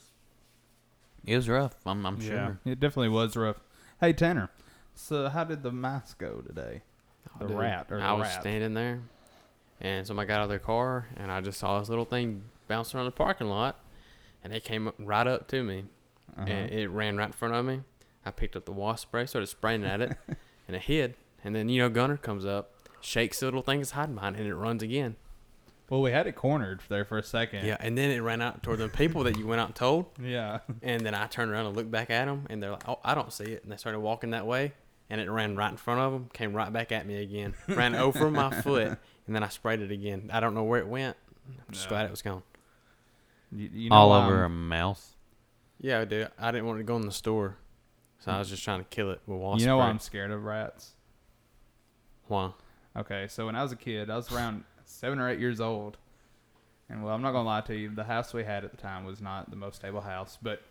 it was rough. I'm I'm sure.
It definitely was rough. Hey Tanner, so how did the mice go today? The
Dude,
rat or
I
the
was
rat?
standing there, and somebody got out of their car, and I just saw this little thing bouncing around the parking lot, and it came up- right up to me,
Uh-huh.
Uh-huh.
and it ran right in front of me. I picked up the wasp spray, started spraying at it, and it hid. And then you know, Gunner comes up, shakes the little thing it's hiding behind, and it runs again.
Well, we had it cornered there for a second.
Yeah, and then it ran out toward the people that you went out and told.
Yeah.
And then I turned around and looked back at them, and they're like, "Oh, I don't see it." And they started walking that way, and it ran right in front of them, came right back at me again, ran over my foot, and then I sprayed it again. I don't know where it went. I'm just
Yeah.
glad it was gone.
You, you know um,
all
why
over a
I'm-
mouth.
Yeah, dude, I didn't want it to go in the store, so I was just trying to kill it with wasp
You know why
spray.
I'm scared of rats?
Why?
Okay, so when I was a kid, I was around seven or eight years old, and well, I'm not gonna lie to you, the house we had at the time was not the most stable house. But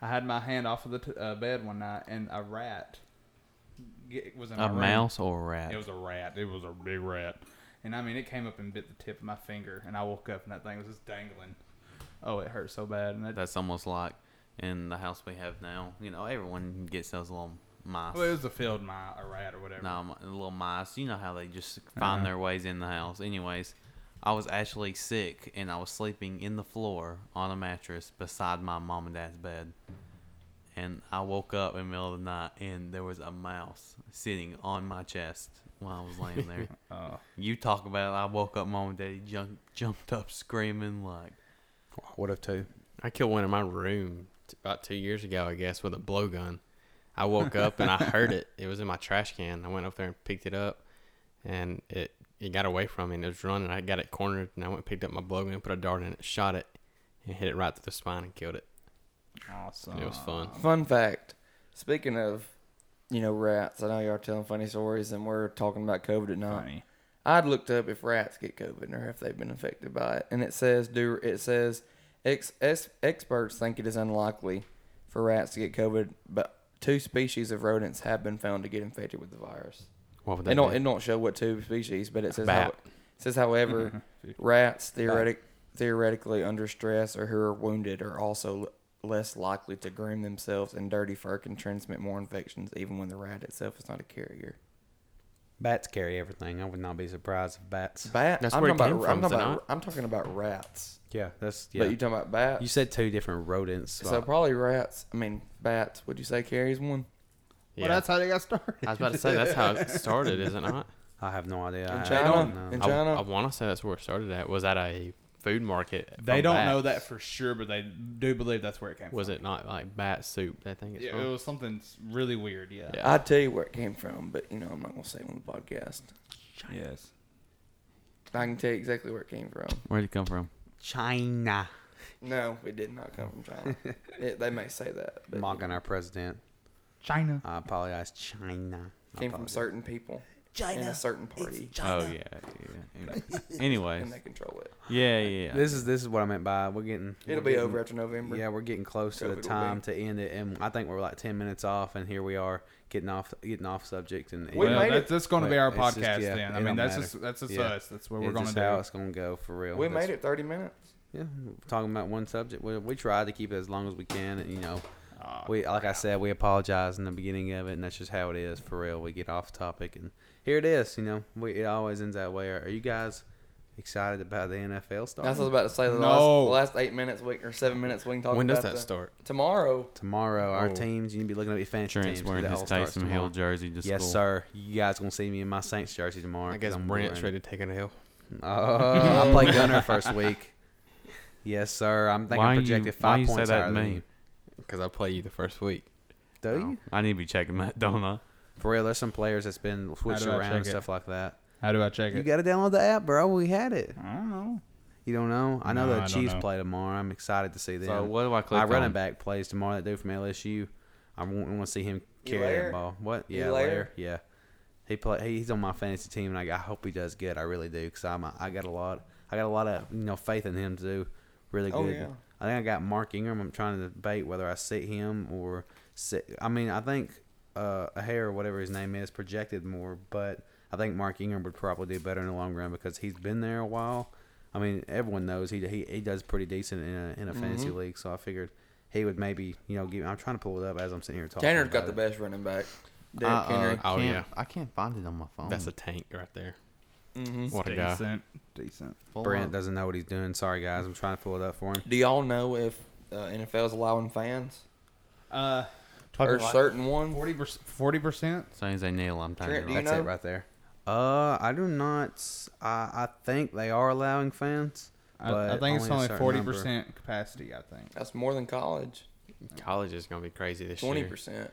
I had my hand off of the t- uh, bed one night, and a rat ge- was in my
A
room.
mouse or a rat.
It was a rat. It was a big rat. And I mean, it came up and bit the tip of my finger, and I woke up and that thing was just dangling. Oh, it hurt so bad. And that,
That's almost like in the house we have now. You know, everyone gets those little mice.
well, it was a field mite, a rat, or whatever.
No, m- little mice. You know how they just find their ways in the house. Anyways, I was actually sick and I was sleeping in the floor on a mattress beside my mom and dad's bed. And I woke up in the middle of the night and there was a mouse sitting on my chest while I was laying there.
Oh.
you talk about it. I woke up, mom and daddy jumped, jumped up screaming like,
I would have too.
I killed one in my room t- about two years ago, I guess, with a blowgun. I woke up and I heard it. It was in my trash can. I went up there and picked it up, and it it got away from me and it was running. I got it cornered and I went and picked up my blowgun, put a dart in it, shot it, and hit it right through the spine and killed it.
Awesome.
It was fun.
Fun fact: Speaking of, you know, rats. I know y'all are telling funny stories, and we're talking about COVID at night.
Funny.
I'd looked up if rats get COVID or if they've been infected by it, and it says do it says ex, ex, experts think it is unlikely for rats to get COVID, but two species of rodents have been found to get infected with the virus.
What would
It
that
don't
be?
it don't show what two species, but it says how,
Bat.
it says however rats theoretic theoretically under stress or who are wounded are also l- less likely to groom themselves, and dirty fur can transmit more infections even when the rat itself is not a carrier.
Bats carry everything. I would not be surprised if bats.
Bat.
That's
I'm
where it
talking
came
about,
from,
I'm talking
is it
about,
not?
I'm talking about rats.
Yeah, that's yeah.
But you talking about bats?
You said two different rodents.
so
so-
probably rats. I mean bats. Would you say carries one?
Yeah.
Well, that's how they got started.
I was about to say that's how it started, is it not?
I have no idea. I-
In
I
China?
don't know.
In
I,
China?
I want to say that's where it started at. Was at a food market.
They
from
don't
bats.
know that for sure, but they do believe that's where it came
Was
from.
it not like bat soup? I think it's
Yeah,
from?
it was something really weird. Yeah.
Yeah.
I'd tell you where it came from, but you know I'm not gonna say it on the podcast.
Yes.
I can tell you exactly where it came from.
Where'd it come from?
China.
No, it did not come from China. it, they may say that, but
Mocking our president.
China.
I apologize. China.
it
I
came from
apologize.
certain people in a certain party,
Oh, yeah. yeah. Anyways.
and they control it.
Yeah, yeah.
This is this is what I meant by we're getting.
It'll
we're
be
getting-
over after November.
Yeah, we're getting close to
COVID
the
will be.
time to end it, and I think we're like ten minutes off, and here we are getting off getting off subject. And
We
well,
made
that's,
it-
that's going to be
Wait,
our
it's just-
podcast
yeah,
then.
it
I mean,
don't
that's
matter.
just that's just
Yeah.
us. That's what
it's
we're going to
just
do.
how it's gonna go for real.
we
That's-
made it 30 minutes.
Yeah, we're talking about one subject. We we try to keep it as long as we can, and you know,
Aw,
we like I said, we apologize in the beginning of it, and that's just how it is for real. We get off topic, and here it is. You know, we it always ends that way. Are, are you guys excited about the NFL starting
That's what I was about to say. The,
No.
last, the last eight minutes we, or seven minutes we can talk
When
about
does that
the-
start?
Tomorrow.
tomorrow? Our
Oh.
teams, you need to be looking at your fantasy
Trent's
teams. 'cause
wearing
it
his
all starts
Taysom
tomorrow.
Hill jersey to
Yes,
school.
sir. You guys gonna see me in my Saints jersey tomorrow.
I
'cause
guess
I'm
Brent's
wearing-
ready to take an L.
Oh, I played Gunner first week. Yes, sir. I'm thinking
Why you-
projected
why
five
you say
points
that
higher
to
than
me?
you.
Because I play you the first week.
Do
Oh,
you?
I need to be checking that, don't I?
For real, there's some players that's been switched
do I
around and
check it?
stuff like that.
How do I check
You
it?
got to download the app, bro. We had it.
I don't know.
You don't know? I know
No, I
the
don't
Chiefs
know.
play tomorrow. I'm excited to see them.
So what do I click
My running
on?
back plays tomorrow. That dude from LSU. I want, to see him carry
Elaire?
that ball. What? Yeah,
Elaire?
Elaire. Yeah. He play. he- He's on my fantasy team, and I, I hope he does good. I really do, cause I'm. A, I got a lot. I got a lot of you know faith in him to do really
Oh,
good.
yeah.
I think I got Mark Ingram. I'm trying to debate whether I sit him or sit. I mean, I think uh, a hair or whatever his name is projected more, but I think Mark Ingram would probably do better in the long run because he's been there a while. I mean, everyone knows he he, he does pretty decent in a, in a fantasy
Mm-hmm.
league, so I figured he would maybe you know give. I'm trying to pull it up as I'm sitting here talking.
Tanner's got
about
the
it.
best running back. Derrick
Uh, uh,
Henry.
I
Oh,
can't-
yeah.
I can't find it on my phone.
That's a tank right there.
hmm
What a guy.
Decent. Decent.
Full
Brent
on.
doesn't know what he's doing. Sorry, guys. I'm trying to pull it up for him.
Do y'all know if uh, NFL's allowing fans?
Uh,
Or certain one?
forty forty percent.
Soon as they nail, I'm
Trent,
tired.
do you
Right.
That's
know?
it right there. Uh, I do not. s- I I think they are allowing fans.
I, I
but
think it's
a
only
certain
forty
number.
percent capacity. I think.
That's more than college.
College is going to be crazy this
Twenty
year.
percent.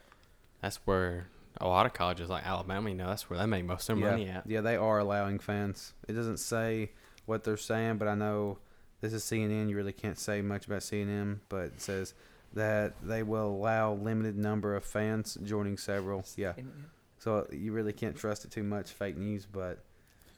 That's where a lot of colleges, like Alabama, you know, that's where they make most of their
yeah.
money at.
Yeah, they are allowing fans. It doesn't say what they're saying, but I know this is CNN. You really can't say much about CNN, but it says that they will allow limited number of fans joining several. Yeah, so uh, you really can't trust it too much. Fake news, but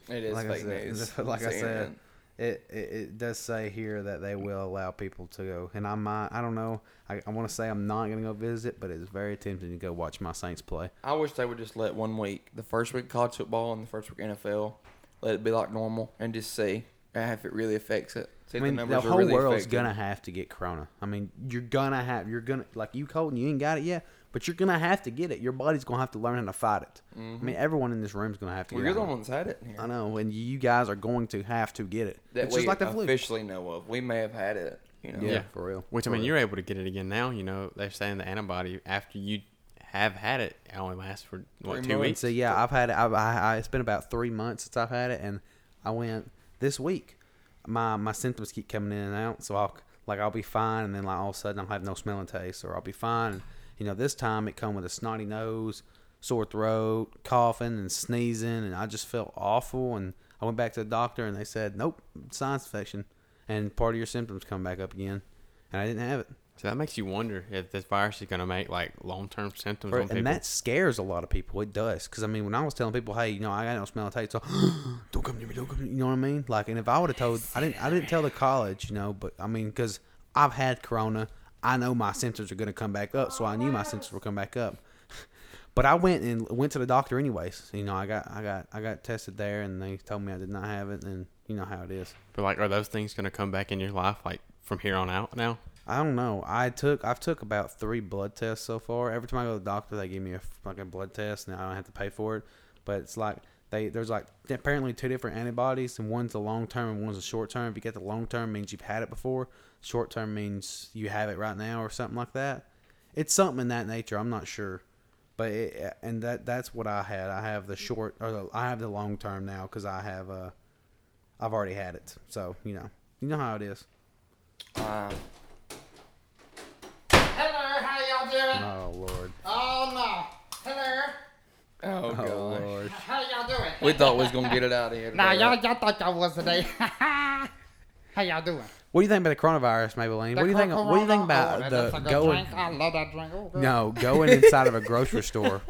It is
Like I
fake
said-
news.
like I said,
CNN.
It, it, it does say here that they will allow people to go, and I might I don't know I, I want to say I'm not gonna go visit, but it's very tempting to go watch my Saints play.
I wish they would just let one week, the first week of college football and the first week of NFL, let it be like normal, and just see uh, if it really affects it.
I
See if
mean,
numbers
the
are
whole
really
world's
affected.
gonna have to get corona. I mean, you're gonna have, you're gonna like you cold and you ain't got it yet, but you're gonna have to get it. Your body's gonna have to learn how to fight it. I mean, everyone in this room's gonna have to.
Mm-hmm. Well,
get
you're
it.
the one that's had it. In here.
I know, and you guys are going to have to get it.
That
it's
we
just like the flu.
officially know of. We may have had it. You know.
Yeah,
Yeah.
for real.
Which I
For
mean,
real.
you're able to get it again now. You know, they're saying the antibody after you have had it, it only lasts for what
Three
two
months.
weeks.
So yeah, I've had it. I've, I, I, it's been about three months since I've had it, and I went this week. My my symptoms keep coming in and out, so I'll like I'll be fine, and then like all of a sudden I'll have no smell and taste, or I'll be fine. And, you know, this time it come with a snotty nose, sore throat, coughing and sneezing, and I just felt awful. And I went back to the doctor, and they said, "Nope, sinus infection, and part of your symptoms come back up again." And I didn't have it,
So that makes you wonder if this virus is going to make like long term symptoms on people.
and that scares a lot of people. It does, because I mean, when I was telling people, "Hey, you know, I got no smell and taste," so don't come near me, don't come. Near me, you know what I mean? Like, and if I would have told, I didn't, I didn't tell the college, you know, but I mean, because I've had corona, I know my symptoms are going to come back up, so I knew my symptoms were come back up. But I went and went to the doctor anyways. You know, I got, I got, I got tested there, and they told me I did not have it, and you know how it is.
but like, are those things going to come back in your life like from here on out now?
I don't know. I took I've took about three blood tests so far. Every time I go to the doctor, they give me a fucking blood test, and I don't have to pay for it. But it's like they there's like apparently two different antibodies, and one's a long term and one's a short term. If you get the long term, means you've had it before. Short term means you have it right now or something like that. It's something in that nature. I'm not sure, but it, and that that's what I had. I have the short or the, I have the long term now because I have uh I've already had it. So you know you know how it is.
Uh,
Hello, how y'all doing?
Oh lord.
Oh no. Hello.
oh gosh.
Oh lord.
How y'all doing?
We thought we was gonna get it out of here.
Nah,
today.
y'all y'all thought y'all was today. how y'all doing?
What do you think about the coronavirus, Maybelline? What do you think? What do you think
Oh,
about
man, that's a
the
good
going?
Drink. I love that drink. Oh, girl.
No, going inside of a grocery store.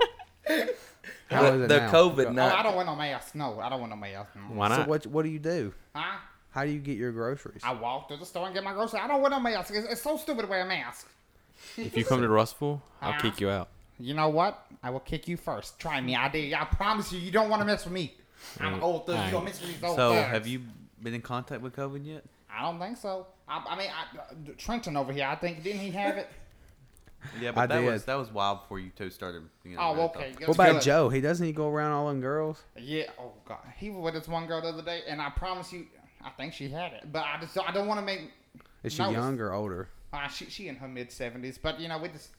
How
the,
is it
the
now?
COVID
Oh, I
night.
don't want no mask. No, I don't want no mask. No.
Why
So
not?
what? What do you do?
Huh?
How do you get your groceries?
I walk to the store and get my groceries. I don't want no mask. It's, it's so stupid to wear a mask.
if you come to Russellville, I'll kick you out.
You know what? I will kick you first. Try me. I did. I promise you, you don't want to mess with me.
Mm.
I'm old thug. You don't mess with these old
So,
thugs.
have you been in contact with COVID yet?
I don't think so. I, I mean, I, Trenton over here. I think didn't he have it?
Yeah,
I
but that
did.
was that was wild before you two started. You know,
Oh,
that
okay.
thought.
good,
What about
good.
Joe? He doesn't he go around all them girls?
Yeah. Oh God, he was with this one girl the other day, and I promise you, I think she had it. But I just I don't want to make.
Is she
No, it's-
young or older?
Uh, she she in her mid seventies, but you know we just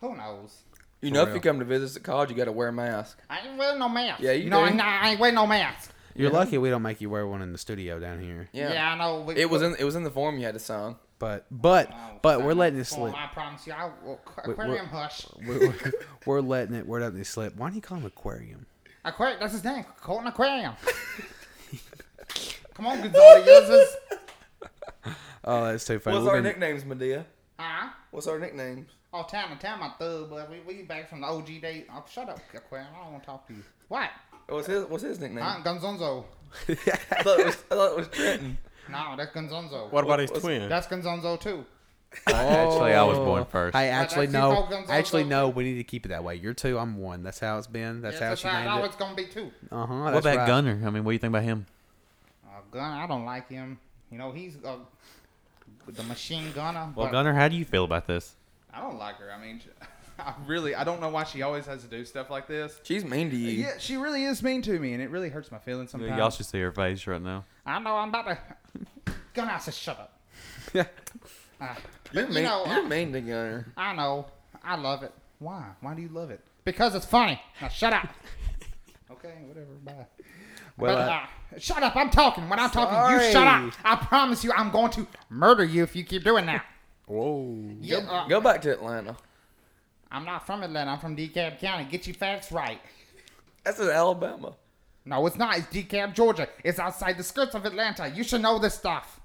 who knows.
You know,
For
if you
real.
come to visit us at college, you got to wear a mask.
I ain't wearing no mask.
Yeah, you
know,
do.
I, I ain't wearing no mask.
You're lucky we don't make you wear one in the studio down here.
Yeah,
Yeah.
I know. We,
It was in it was in the form you had to sign.
But but
Oh,
but
sign
we're
up
letting it
form,
slip.
I promise you, I will.
we're-
Aquarium hush.
We're, we're, we're letting it. We're letting it slip. Why do you call him aquarium?
Aquarium. That's his name. Colton Aquarium. Come on, Gonzalez. yours is-
Oh, that's too funny.
What's
We've
our
been-
nicknames, Medea?
Huh?
What's our nicknames?
Oh, time and time, my thug, but we, we back from the OG day. Oh, shut up, Aquarium. I don't want to talk to you. What?
What's his What's his nickname?
Huh? Gonzonzo.
I thought it was, I thought it was Trenton.
No, that's Gonzonzo.
What about his
what's-
twin?
That's Gonzonzo too.
Actually, I was born
Oh.
first.
Hey, actually,
that's you,
no.
Gonzalo.
Actually, no. We need to keep it that way. You're two. I'm one. That's how it's been. That's how
That's
she
how I
named
know
it.
it's gonna be too.
Uh huh.
what about Gunner? I mean, what do you think about him?
Uh, gun, I don't like him. You know, he's uh, the machine gunner.
Well,
but
Gunner, how do you feel about this?
I don't like her. I mean, she- I really, I don't know why she always has to do stuff like this.
She's mean to you.
Yeah, she really is mean to me, and it really hurts my feelings sometimes.
Y'all should see her face right now.
I know I'm about to. Gunner, I said, shut up. Uh,
You're
you
mean.
know,
you're
I-
mean to Gunner.
I know. I love it. Why? Why do you love it? Because it's funny. Now shut up. okay, whatever. Bye.
Well,
but,
I-
uh, shut up. I'm talking. When I'm talking, you shut
Sorry.
up. I promise you, I'm going to murder you if you keep doing that.
Whoa.
Yeah, uh,
Go back to Atlanta.
I'm not from Atlanta. I'm from DeKalb County. Get your facts right.
That's in Alabama.
No, it's not. It's DeKalb, Georgia. It's outside the skirts of Atlanta. You should know this stuff.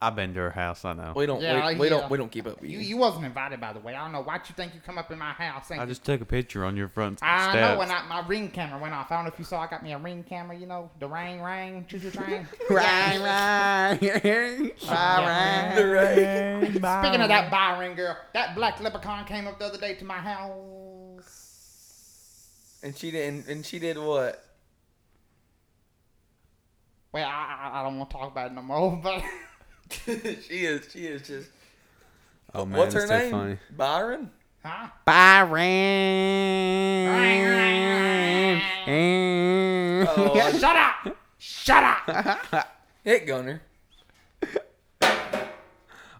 I've been to her house. I know.
We don't.
Yeah,
we,
I
we
hear.
don't. We don't keep up with
You
you.
you wasn't invited, by the way. I don't know why you think you come up in my house.
I
and
just took a picture on your front
I know
steps.
when I, my ring camera went off. I don't know if you saw. I got me a ring camera. You know, the ring, ring, choo choo train.
Right, right.
Yeah.
You're right.
Speaking of that bye ring girl, that black leprechaun came up the other day to my house.
And she did. And, and she did what?
Well, I, I, I don't want to talk about it no more, but
she is. She is just.
Oh man,
What's her
that's
name?
too funny.
Byron.
huh?
Byron.
Oh,
Shut up! Shut up!
hit Gunner.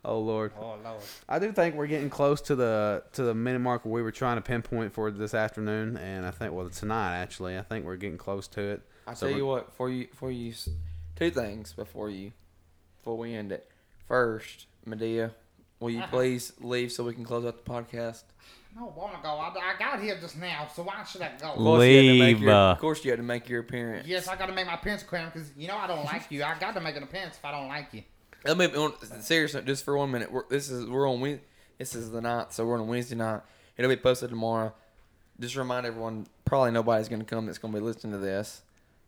Oh lord.
oh Lord.
I do think we're getting close to the to the minute mark we were trying to pinpoint for this afternoon, and I think well tonight actually. I think we're getting close to it.
I
So
tell
we're-
you what, before you, before you, s- two things before you, before we end it. First, Medea, will
Uh-huh.
you please leave so we can close out the podcast?
No, want to go. I, I got here just now, so why should I
Of
go?
course you had to make
Leave,
your-
uh,
of course, you had to make your appearance.
Yes, I got to make my appearance, Quinn, because you know I don't like you. I got to make an appearance if I don't like you.
Let me on, seriously just for one minute. We're, this is we're on Wed- this is the night, so we're on Wednesday night. It'll be posted tomorrow. Just remind everyone. Probably nobody's gonna come that's gonna be listening to this,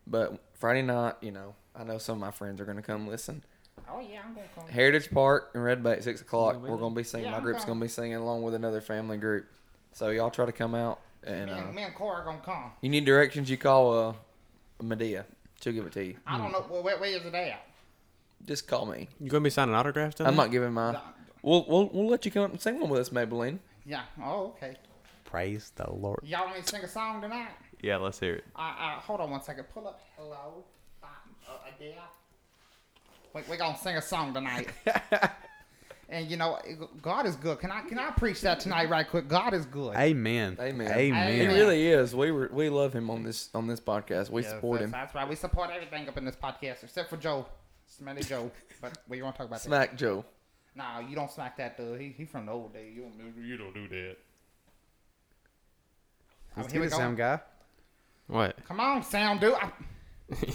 but Friday night, you know, I know some of my friends are gonna come listen.
Oh yeah, I'm gonna come.
Heritage Park in Red Bay at six o'clock. We're gonna be singing.
Yeah,
my
I'm
group's
coming.
gonna be singing along with another family group. So y'all try to come out and
me,
uh,
and, me and Cora are gonna come.
you need directions. You call uh, Medea. She'll give it to you.
I
Hmm.
don't know where, where- where is it at.
Just call me.
You gonna be signing autographs? down
I'm
there?
not giving
Uh.
my. We'll, we'll we'll let you come up and sing one with us, Maybelline.
Yeah. Oh okay.
Praise the Lord.
Y'all want me to sing a song tonight?
Yeah, let's hear it.
I, I, hold on one second. Pull up. Hello. Uh, uh, Adele. We, we're gonna sing a song tonight. and you know, God is good. Can I can I preach that tonight, right quick? God is good.
Amen.
Amen. He
Amen.
Amen.
really is. We were we love him on this on this podcast. We
Yes,
support
that's,
him.
That's right. We support everything up in this podcast except for Joe, Smelly Joe. But we won't talk about that.
Smack Joe.
Nah, you don't smack that dude. He he from the old days. You don't, you don't do that. Oh,
Let's
here
get
we
it,
go.
sound guy.
What?
Come on, sound dude. I-
You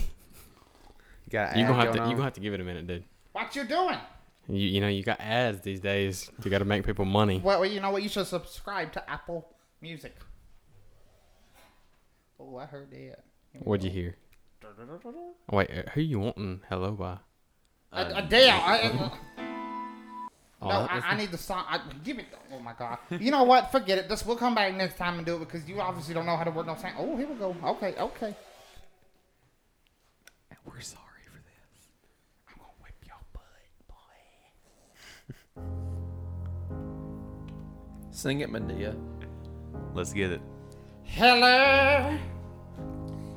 got an
You
ad
gonna have to
going
you
on.
gonna have to give it a minute, dude.
what you doing?
You you know you got ads these days. You got to make people money.
Well, you know what? You should subscribe to Apple Music. Oh, I heard that.
What'd you hear? Wait, uh, who you wanting? Hello, by.
Ad- Adele. I, I,
Um, Oh,
no,
that was
I, I need the song. I, give it. Oh my God. You know what? Forget it. Just we'll come back next time and do it because you obviously don't know how to work no sound. Oh, here we go. Okay, okay.
We're sorry for this. I'm gonna whip your butt, boy. Sing it, Medea.
Let's get it.
Hello,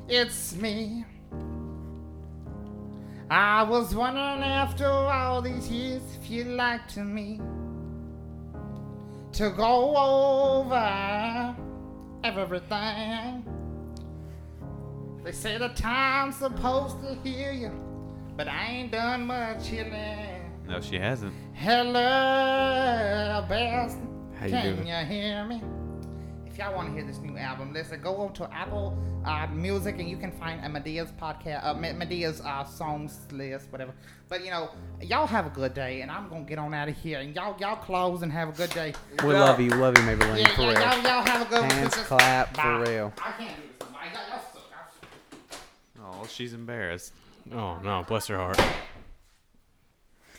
it's me. I was wondering after all these years if you'd like to me to go over everything. They say the time's supposed to heal you, but I ain't done much healing.
No, she hasn't.
Hello, best.
How you
Can
doing?
you hear me? If y'all want to hear this new album, listen. Go over to Apple uh, Music and you can find Medea's podcast, uh, Me- Medea's uh, songs list, whatever. But you know, y'all have a good day, and I'm gonna get on out of here. And y'all, y'all close and have a good day.
We love you, love you, Maybelline,
Yeah,
for
y'all,
real.
y'all, y'all have a good
Hands
Just-
clap, for
Bye.
real.
I can't do this. Y'all, y'all suck. Y'all suck.
Oh, she's embarrassed.
Oh no, bless her heart.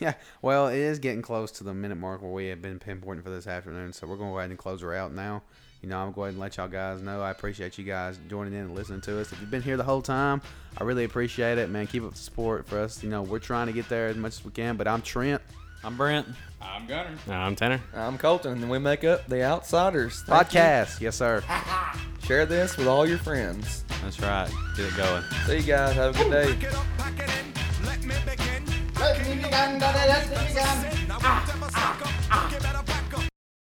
Yeah, well, it is getting close to the minute mark where we have been pinpointing for this afternoon, so we're going to go ahead and close her out now. You know, I'm going to go ahead and let y'all guys know I appreciate you guys joining in and listening to us. If you've been here the whole time, I really appreciate it, man. Keep up the support for us. You know, we're trying to get there as much as we can, but I'm Trent.
I'm Brent.
I'm Gunner.
No, I'm Tanner.
I'm Colton, and we make up the Outsiders Thank
Podcast. Yes, sir.
you. Share this with all your friends.
That's right. Get it going.
See you guys. Have a good day.
Pack it up, pack it in. Let me begin.
Let me begin, da- da- let me begin. Ah,